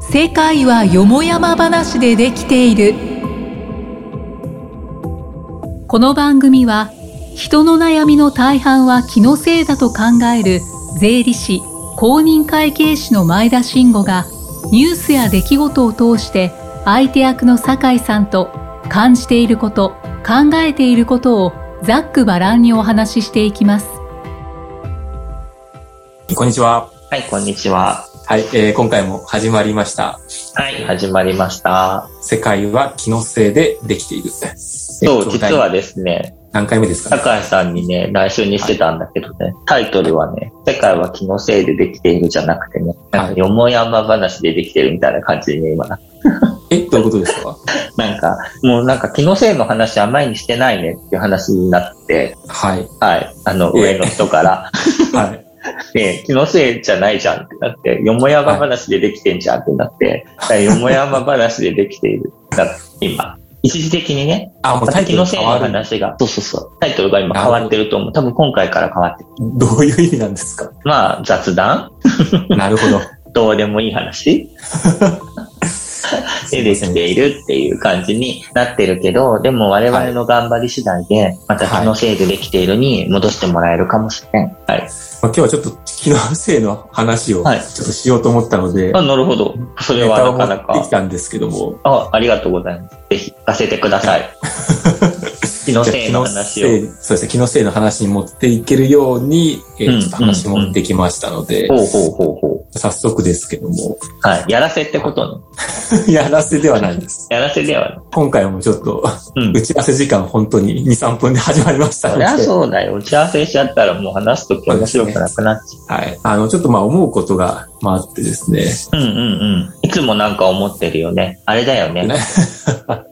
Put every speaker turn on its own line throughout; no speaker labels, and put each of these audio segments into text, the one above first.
世界はよもやま話でできているこの番組は人の悩みの大半は気のせいだと考える税理士公認会計士の前田慎吾がニュースや出来事を通して相手役の酒井さんと感じていること考えていることをざっくばらんにお話ししていきます
こんにちは。
はい、こんにちは。
はい、えー今回も始まりました。
はい、始まりました。
世界は気のせいでできている。
そう、
えっと
実はですね、
何回目ですかね。
高橋さんにね、来週にしてたんだけどね、タイトルはね、世界は気のせいでできているじゃなくてね、なん
は
か
い
よもやま話でできてるみたいな感じでね、今。
え、どういうことですか
なんか、もうなんか気のせいの話は前にしてないねっていう話になって、
はい。
はい、あの、
ええ
上の人 から、
はい。
ねえ気のせいじゃないじゃんってなって、よもやま話でできてんじゃんってなって、よもやま話でできている。だ今、一時的にね、
あ、もうタイト
気
ル
のせい
変
の
わる。
話が、そうそうそう。タイトルが今変わってると思う。多分今回から変わってる。
どういう意味なんですか
まあ、雑談
なるほ ど。
どうでもいい話でできているっていう感じになってるけど、でも我々の頑張り次第で、また気のせいでできているに戻してもらえるかもしれん。はい。
まあ、今日はちょっと気のせいの話をちょ
はい
っとしようと思ったので、
あ、なるほど。それ
ネタ
は
を
な
持
かな
ってき
か。
たんですけども、
あ、ありがとうございます。ぜひ、聞かせてくだ さい。気のせいの話
じゃあ気
を。
のせいそうですね、気のせいの話に持っていけるように、え
う
ー、
ん
ちょっと話持ってきましたので、
ほうほうほうほ
早速ですけども、
う。はい。やらせってことね。
やらせではないです。
やらせでは
今回もちょっと、
ない。うん
打。ち合わせ時間本当に2、3分で始まりましたの
そ
で。
りゃそうだよ。打ち合わせしちゃったらもう話すとき面白くなくなっちゃ
はい。あの、ちょっとまあ思うことが、まああってですね。
う。うんうんうん。いつもなんか思ってるよね。あれだよね
ね。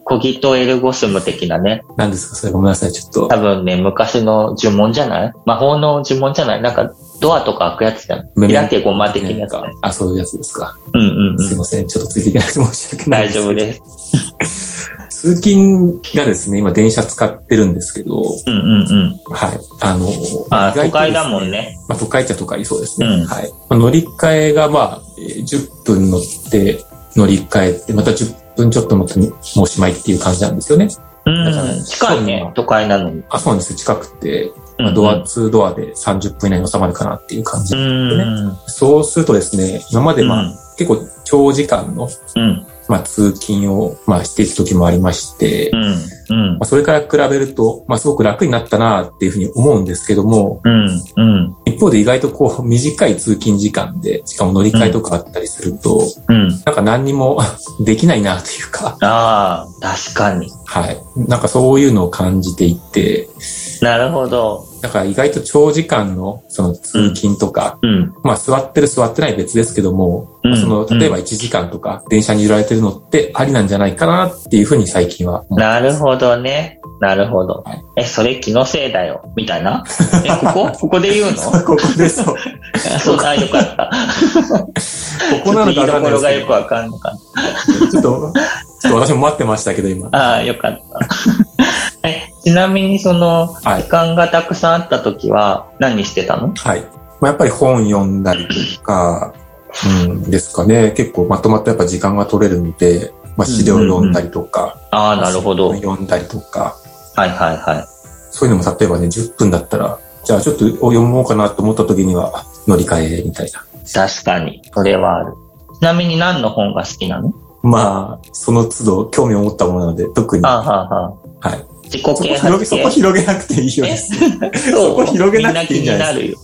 コギとエルゴスム的なね。
何ですかそれごめんなさい。ちょっと
多、分ね、昔の呪文じゃない魔法の呪文じゃないなんかドアとか開くやつじゃ
メ
ない
モ
開けごま的な
な
や
ん
つ、ね
か。、あ、そういうやつですか。
うんうんう
すい
ん。
ません。ちょっとついていけなくて申し訳ない
大
です。
丈夫です。
通勤がですね、今電車使ってるんですけど、
うんうんうん。
はい。あの、
あ、
意外と
都会だ
ですね
もんね。
まあ、都会っちゃ都会そうですね。
うん
はい。まあ乗り換えが、まあ、えー10分乗って、乗り換えて、また10分ちょっと乗って、もうおしまいっていう感じなんですよね。
う
だから
ん。近い
そう
ね。都会なのに。
あ、そうなんですよ。近くて、
うん
ま
う
あ
ん
ドア、2ドアで30分以内に収まるかなっていう感じ。
うん。
そうするとですね、今までまあ、
うん
結構長時間の、
うん。
まあ、通勤を、まあ、していく時もありまして、
う
ま
ん。うん
あ、。それから比べると、まあ、すごく楽になったなっていうふうに思うんですけども、
うん。うん。
一方で意外とこう、 短い通勤時間で、しかも乗り換えとかあったりすると、
うん。
なんか何にも できないなというか、
ああ、確かに。
はい。なんかそういうのを感じていて、
なるほど。
だから意外と長時間のその通勤とか、
うん。
まあ、座ってる座ってない別ですけども、
うん
まあその、
うん
例えば1時間とか、電車に揺られてるのってありなんじゃないかなっていうふうに最近は思う。
なるほどね。なるほど
はい。
え、それ気のせいだよ。みたいな。え、こ こここで言うの
ここで そう。こ
そうだ、よかった。
こなのかわかんないで
ちょっと言いどころがよ
す
くわかんなかっ
けど、ちょっと、ちょっと私も待ってましたけど、今。
た。ああ、よかった。 え、ちなみにその、
はい
時間がたくさんあった時は、何してたの
はい。まあ、やっぱり本読んだりとか、うん、ですかね。結構まとまったやっぱ時間が取れるので、まあ、資料読んだりとか、
ああ、なるほど。はい
読んだりとか、
はいは
そういうのも例えばね、10分だったら、じゃあちょっと読もうかなと思った時には、乗り換えみたいな。
い。確かに。それはある。ちなみに何の本が好きなの
まあ、その都度興味を持ったものなので、特に。は
ああ、はあ、はあ。
い。
自己
そこ
啓
広げ、
発
そ
系
こ。広げなくていいようです。
そ
こ広げなくていいんじゃない
みんな 気になるよ。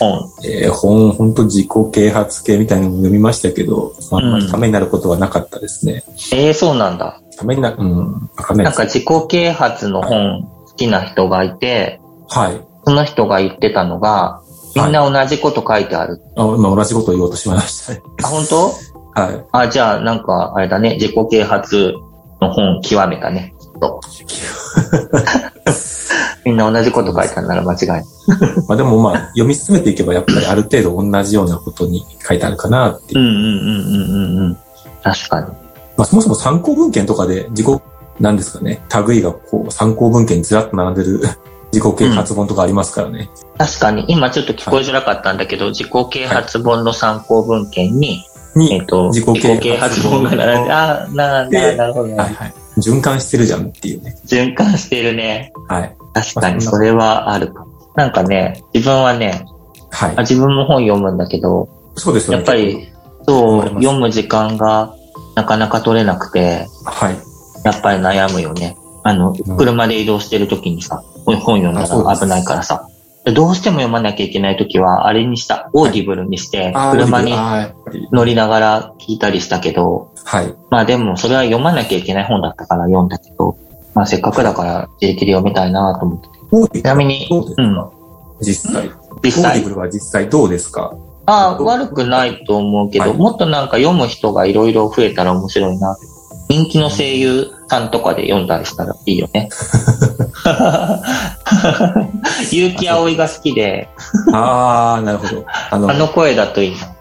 本。
えー本、本当自己啓発系みたいなのも読みましたけど、まあ、
うん
あんまりためになることはなかったですね。
ええそうなんだ。
ためにな、うん、わかんないで
なん
す。
か自己啓発の本好きな人がいて、
はい。
その人が言ってたのが、みんな同じこと書いてある。
あまあ、同じことを言おうとしまいましたね。
あ、本当？
はい。
あ、じゃあなんかあれだね、自己啓発の本極めたね。きっ とみんな同じこと書いてあるなら間違いない。
まあでもまあ、読み進めていけばやっぱりある程度同じようなことに書いてあるかなっていうう。
んうんうんうんうんうん。確かに。
まあそもそも参考文献とかで自己、なんですかね、類がこう参考文献にずらっと並んでる 自己啓発本とかありますからね。
確かに、今ちょっと聞こえづらかったんだけど、自己啓発本の参考文献に、え
に
っ、と、
自己
自己啓
啓
発
発
本
本
が並んで、あーなな
で
なるほど。
はいはい。循環してるじゃんっていうね。
循環してるね。
はい。
確かに、それはあるかも。なんかね、自分はね、
はい
あ。自分も本読むんだけど、
そうですよ
や
ね。
っぱり、
わ
そう
かり、ます
読む時間がなかなか取れなくて、
はい。
やっぱり悩むよね。あの、
ん
車で移動してる時にさ、本読んだ
あそう
ら
です
危ないからさ。でどうしても読まなきゃいけない時は、あれにした、オーディブルにして、
あー
車に
あーやっぱり。
乗りながら聞いたりしたけど、
はい。
まあでもそれは読まなきゃいけない本だったから読んだけど、まあせっかくだから自力で読みたいなと思って。
ち
ちなみに、
どうですか、
うん、
実際。
実
オーディ
際
ブ。ルは実際どうですか
ああ、悪くないと思うけど、
はい
もっとなんか読む人がいろいろ増えたら面白いな。人気の声優さんとかで読んだりしたらいいよ ね。結城葵が好きで、
ああ、なるほど。あの、
あ
い
の声だといいな。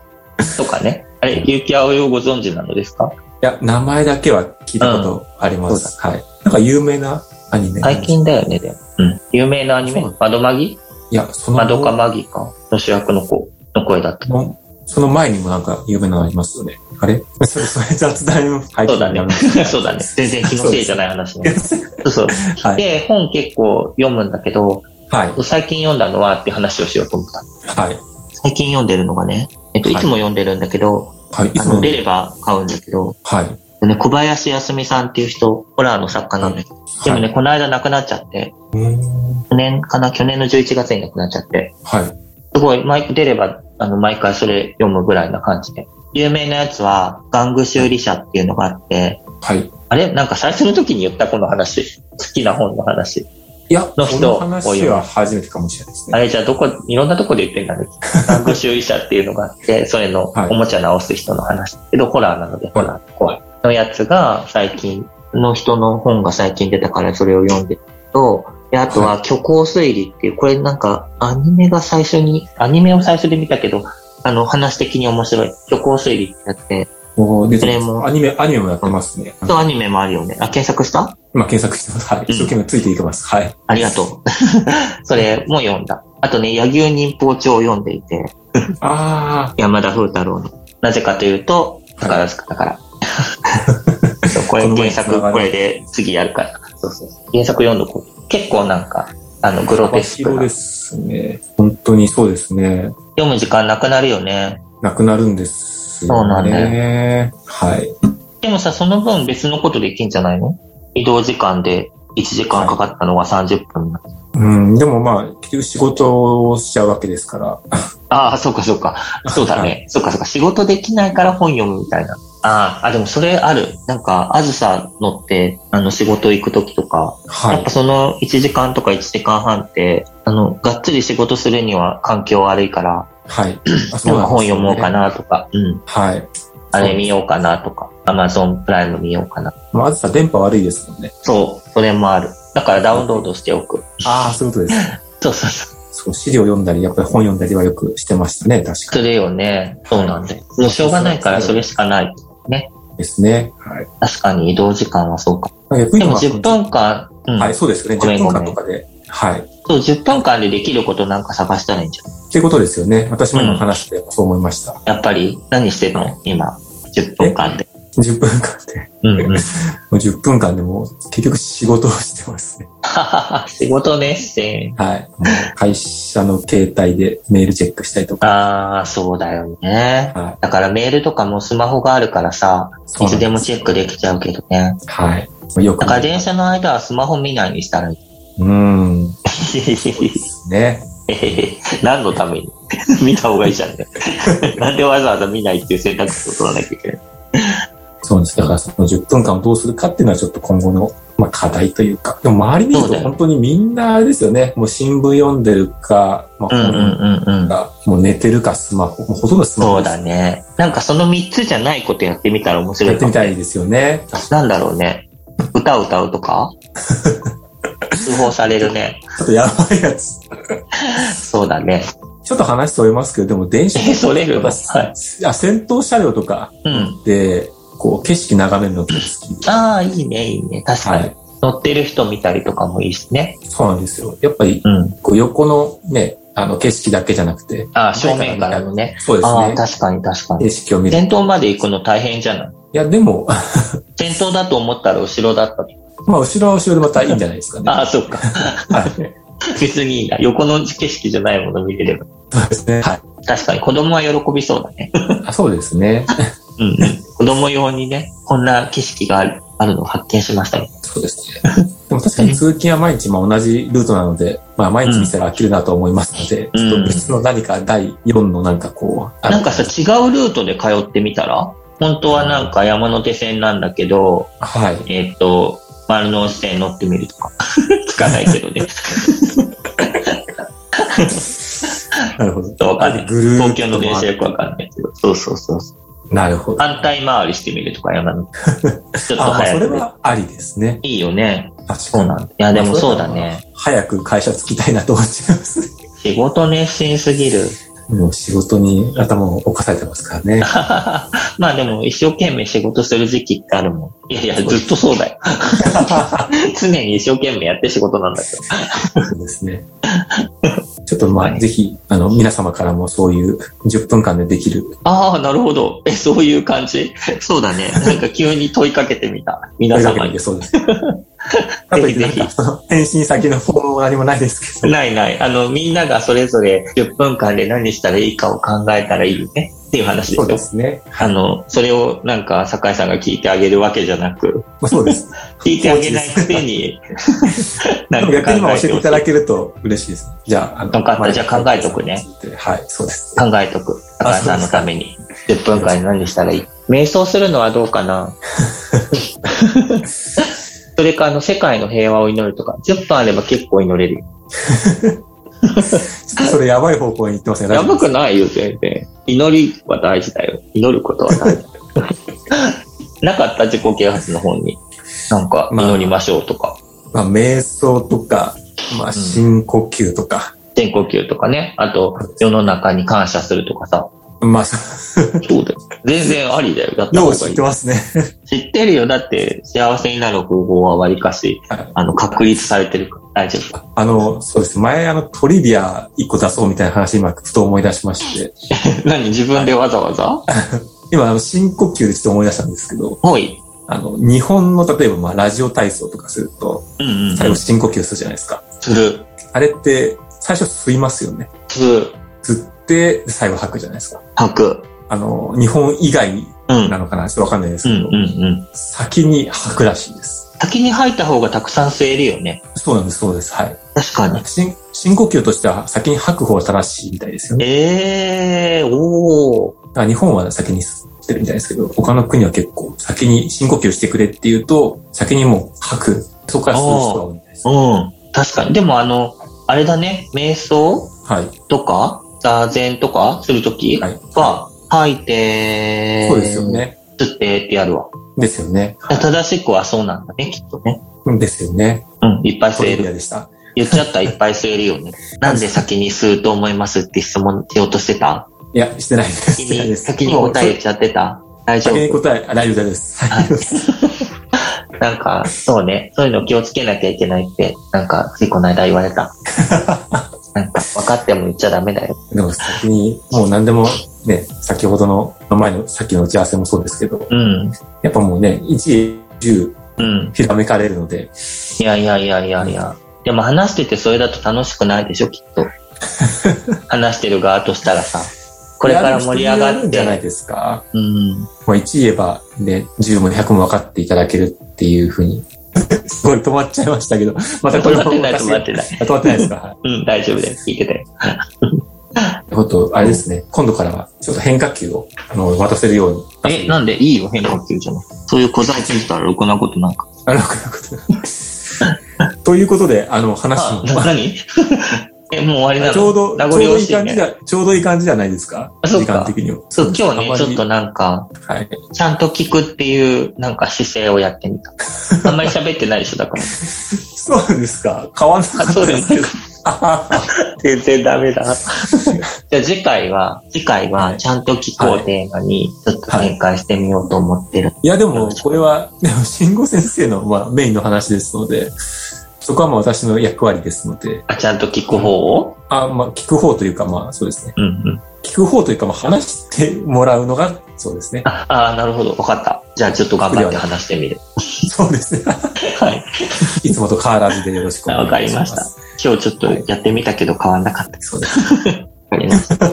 とかね。あれ、結城葵をご存知なのですか
や、名前だけは聞いたことありま
そう
す。はい。なんか有名なアニメなんです
最近だよね、でも。うん。有名なアニメ
そう、
窓マギ
いや、その、
窓かマギかの主役の子の声だった。
のその前にもなんか有名なのありますよね。あれ それ、それ雑談の背
そうだね
になる。
そうだね。 全然気のせいじゃない話ね。そうそう。
はい。
で、本結構読むんだけど、
はい。
最近読んだのはって話をしようと思った。
はい。
最近読んでるのがね、えっと、い
はい
つも読んでるんだけど、
はい。い
あ
つ
の、
も
出、れば買うんだけど、
はい。
でね、小林康美さんっていう人、ホラーの作家なんだけど、でも
は
ね、
い。
この間亡くなっちゃって、
うーん
去年かな、去年の11月に亡くなっちゃって、
はい。
すごい、毎回出れば、あの、毎回それ読むぐらいな感じで。有名なやつは、玩具修理者っていうのがあって、
はい。
あれなんか最初の時に言ったこの話。好きな本の話。
いや、こ
の人
の話は初めてかもしれないです
あ
ね。
れじゃあどこ、いろんなとこで言ってんだね。玩具修理者っていうのがあって、それの
はい
おもちゃ直す人の話。けど、ホラーなので、ホラー怖い。のやつが最近の人の本が最近出たからそれを読んでると、であとは虚構推理っていう、これなんかアニメが最初に、アニメを最初で見たけど、あの話的に面白い。虚構推理ってやって、
もう出て
それ
ま
も
す。アニメ、アニメもやってますね。
あとアニメもあるよね。あ、検索した
今検索してます。はい。一生懸命ついていきます。はい。
ありがとう。 それも読んだ。あとね、野牛忍法帳を読んでいて、
あ
山田風太郎の。なぜかというと、宝塚 だから。そうこれ
この前
原作、
繋がる
これで次やるから。そうそう。原作読んどこう。結構なんか、あの、グ
あ。
ロテスク
白
な
で。すね。本当にそうですね。
読む時間なくなるよね。
なくなるんですよ、ね。
そうなん
ね。はい。
でもさ、その分別のことできんじゃないの移動時間で1時間かかったのが30分。
うん、でもまあ、結局仕事をしちゃうわけですから。
ああ、そうかそうか。そうだ
は
ね。そうかそうか。仕事できないから本読むみたいな。ああ、あ、でもそれある。なんか、あずさ乗って、あの、仕事行くときとか、
は
やっ
い
ぱ。その1時間とか1時間半って、あの、がっつり仕事するには環境悪いから、
はい。あ
なんか本読もうか
な。
なとか、うん、
はい。
あれ見ようかなとか、アマゾンプライム見ようかな。
まあ、あずさ、電波悪いですもんね。
そう、それもある。だからダウンロードしておく。
ああ、そういうことです。
そうそうそう。
そう、資料読んだり、やっぱり本読んだりはよくしてましたね、確
す
か
るよね。そうなんで。もうしょうがないからそれしかない。
に。ですね。はい。
確かに移動時間はそうか。
逆
で
に
も
は
10分間、うん、
はい、そうですね。
ごめん
10
ご
分
めん
間とかで。はい。っ
そう、10分間でできることなんか探したらいいんじゃない
ていうことですよね。私も今話してそう思いました。
やっぱり、何してんの今、10分間で。
10分間で。
うんうん。
もう10分間でもう結局仕事をしてますね。
仕事熱心。
はい。もう会社の携帯でメールチェックしたりとか。
ああ、そうだよね。
は
だからメールとかもスマホがあるからさ、
い。そ
いう
な
つ
ん
でもチェックできちゃうけどね。
はい。よく
だから電車の間はスマホ見ないにしたらいい。
うん。ですね。
何のために 見た方がいいじゃん ね。なんでわざわざ見ないっていう選択肢を取らなきゃいけない。
そうです。だからその10分間をどうするかっていうのはちょっと今後の、まあ、課題というか。でも周り見る
そう
と
だよ
本当にみんなあれですよね。もう新聞読んでるか、まあ、
うん
本
う
読んで
んうんう
る
ん。
か、もう寝てるかスマホ。もうほとんどスマ
そ
ホ
う
です
だね。なんかその3つじゃないことやってみたら面白
や
い
って
か
み
も。
たいですよね。
なんだろうね。歌歌う とか通報されるね。
ちょっとやばいやつ。
そうだね。
ちょっと話それますけど、でも電車
え、それるの
私
はい。
あ、先頭車両とか
うん。
で、こう景色眺めるのって好きで。
ああ、いいね、いいね。確か
は
に。
い。
乗ってる人見たりとかもいいですね。
そうなんですよ。やっぱり、
うん。
こう横のね、あの景色だけじゃなくて、
あ、正面からのね。
そうです
ああ、
ね。
確かに確かに。
景色を見る。い
先頭まで行くの大変じゃない
や、でも、
先頭だと思ったら後ろだったと。
まあ、後ろは後ろでまたいいんじゃないですかね。
ああ、そっか。
はい。
別にいいな。横の景色じゃないもの見れれば。
そうですね。はい。
確かに子供は喜びそうだね。
あそうですね。
うんうん。子供用にね、こんな景色があるあるのを発見しましたよ。
そうですね。でも確かに通勤は毎日まあ同じルートなので、まあ毎日見たら飽きるなと思いますので、
うん
ちょっと別の何か第4のなんかこう、あの
なんかさ、違うルートで通ってみたら本当はなんか山手線なんだけど、
はい。
えっと、丸の内線乗ってみるとか。 つかないけど ね。
なるほど。
とわかんない
グループ
東京の電車よくわかんないけど。そうそうそうそう。
なるほど。
反対回りしてみるとか、山の。 ちょっと
あ、まあ、そ
早
れ
くね。
はありですね。
いいよね。
確
そうな
ん
んだ。いや、でもそうだね。。
早く会社着きたいなと思っちゃいます。
仕事熱心すぎる。
もう仕事に頭を起こされてますから ね。
まあでも、一生懸命仕事する時期ってあるもん。いやいや、ずっとそうだよ。 常に一生懸命やって仕事なんだけど。
そうですね。ちょっとまあ、
はい
ぜひ、あの、皆様からもそういう10分間でできる、
ああ、なるほど。え、そういう感じ。そうだ ね。なんか急に問いかけてみた。皆
声かけてみ
様に
て。そう です。あと、なん
ぜひぜ
か
ひ
その、返信先のフォームは何もないですけど、
ないない。あの、みんながそれぞれ10分間で何したらいいかを考えたらいいよね。っていう話で
そう
す
で
よ。
すね。
あの、それをなんか、酒井さんが聞いてあげるわけじゃなく、
まあ、そうです。
聞いてあげないくせに、 な
で
ん
も
か
逆に
考
今教
え
え
て
て
ほ
い
しい
ただけると嬉しいです。じゃあ、あの
よかったじゃあ考えとくね。
はい、そうです。
考えとく。高橋さんのために。10分間に何したらいい瞑想するのはどうか なそれか、あの、世界の平和を祈るとか、10分あれば結構祈れ
ち
る。
ょっとそれやばい方向に行ってますね。
やばくないよ、全然。祈りは大事だよ。祈ることは大事 だよ。なかった自己啓発の本に、なんか、祈りましょうとか、
まあ、瞑想とか、まあ、深呼吸とか、
全呼吸とかね、あと、世の中に感謝するとかさ、
まあ、そう
そうだよ。全然ありだよ。やった
よ
方
う
が
知
い
っ
い
て。ますね。
知ってるよ。だって、幸せになる方法はわりかし
はい、
あの、確立されてるから大丈夫。
あの、そうです。前、あの、トリビア一個出そうみたいな話、今、ふと思い出しまして、
何自分でわざわざ
今、あの、深呼吸でちょっと思い出したんですけど、
ほい。
あの、日本の、例えば、まあ、ラジオ体操とかすると、
うんうん。
最後、深呼吸するじゃないですか。
する。
あれって、最初吸いますよね。
する。
吸って、最後吐くじゃないですか。
吐く。
あの、日本以外
うん。うん
なのかなちょっとわかんないです
うん
けど、
うん。
先に吐くらしいです。
先に吐いた方がたくさん吸えるよね。
そうなんです、そうです。はい。
確かに。
深深呼吸としては先に吐く方が正しいみたいですよね。
ええー、おー。
だから日本は先に吸ってるみたいですけど、他の国は結構先に深呼吸してくれって言うと、先にもう吐く。そこから吸う人が多いみたいです。
うん。確かに。でもあの、あれだね、瞑想
はい。
とか、座禅とかするとき
はい
は、吐いて、
そうですよ。ね。
吸ってってやるわ。
ですよね。
正しくはそうなんだね、きっとね。
うんですよね。
うん、いっぱい吸
ト
え
リビ
る。
アでした。
言っちゃったらいっぱい吸え るよね。なんで先に吸うと思いますって質問しようとしてた
いや、してないです。してない
君
です。
先に答えちゃってた大丈
先に
夫
答え、あ大丈夫大丈夫です。
はいなんか、そうね。そういうの気をつけなきゃいけないって、なんか、ついこの間言わ れた。なんか、分かっても言っちゃダメだよ。
でも先に、もう何でもね、先ほどの前の、さっきの打ち合わせもそうですけど、
うん。
やっぱもうね、1、10、
うん。
ひらめかれるので、
いやいやいやいやいや。でも話しててそれだと楽しくないでしょ、き っと。話してる側としたらさ。これから盛り上が
いやでも人による
っ
んじゃな
て。
いですか。
うん。
もう1言えば、ね、10も100も分かっていただけるっていうふうに。 すごい止まっちゃいましたけど、またこれ
止ま
も
ってない、
私
止まってない。
あ止まってないですか。はい
うん、大丈夫です。聞いてて。
ちょっと、あれですね、今度からは、ちょっと変化球を、あの、渡せるように。
え、なんでいいよ、変化球じゃない。そういう小細工したらろくなことなんか。
あの、こういうこと。ということで、あの、話
あ
も、、
な、なにえ、もう終わりなの
ちょうど、
名
ちょ
残
うど
惜
いい
しい
感じじ
ね。
ゃ、ちょうどいい感じじゃないですか
あそう
時
か
間的には。
そう、今
あ
日
ま
ね、
り
ちょっとなんか、
はい。
ちゃんと聞くっていう、なんか姿勢をやってみた。 あんまり喋ってないでしょ、だ から。
そうですか。変わんなか
あ、
った
そうで
ですすけ
ね
ど。。あ
全然ダメだ。 じゃあ次回は、次回はちゃんと聞こうテーマに、ちょっと展開してみようと思ってる。
いや、でも、これは、でも、慎吾先生の、まあ、メインの話ですので、そこはまあ、私の役割ですので、
あ、ちゃんと聞く方を
あ、まあ、聞く方というか、まあ、そうですね。
うんうん。
聞く方というか、まあ、話してもらうのが、そうですね。
ああー、なるほど。わかった。じゃあちょっと頑張って話してみる。
そうです ね。
はい。
いつもと変わらずでよろしくお願いします。
わかりました今日ちょっとやってみたけど変わんなかった。
そう です。
わかりました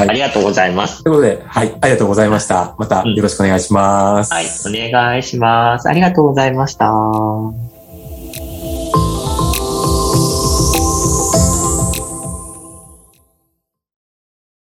はい
あ。りがとうございます。
ということで、はい、ありがとうございました。またよろしくお願いします。
はい。お願いします。ありがとうございました。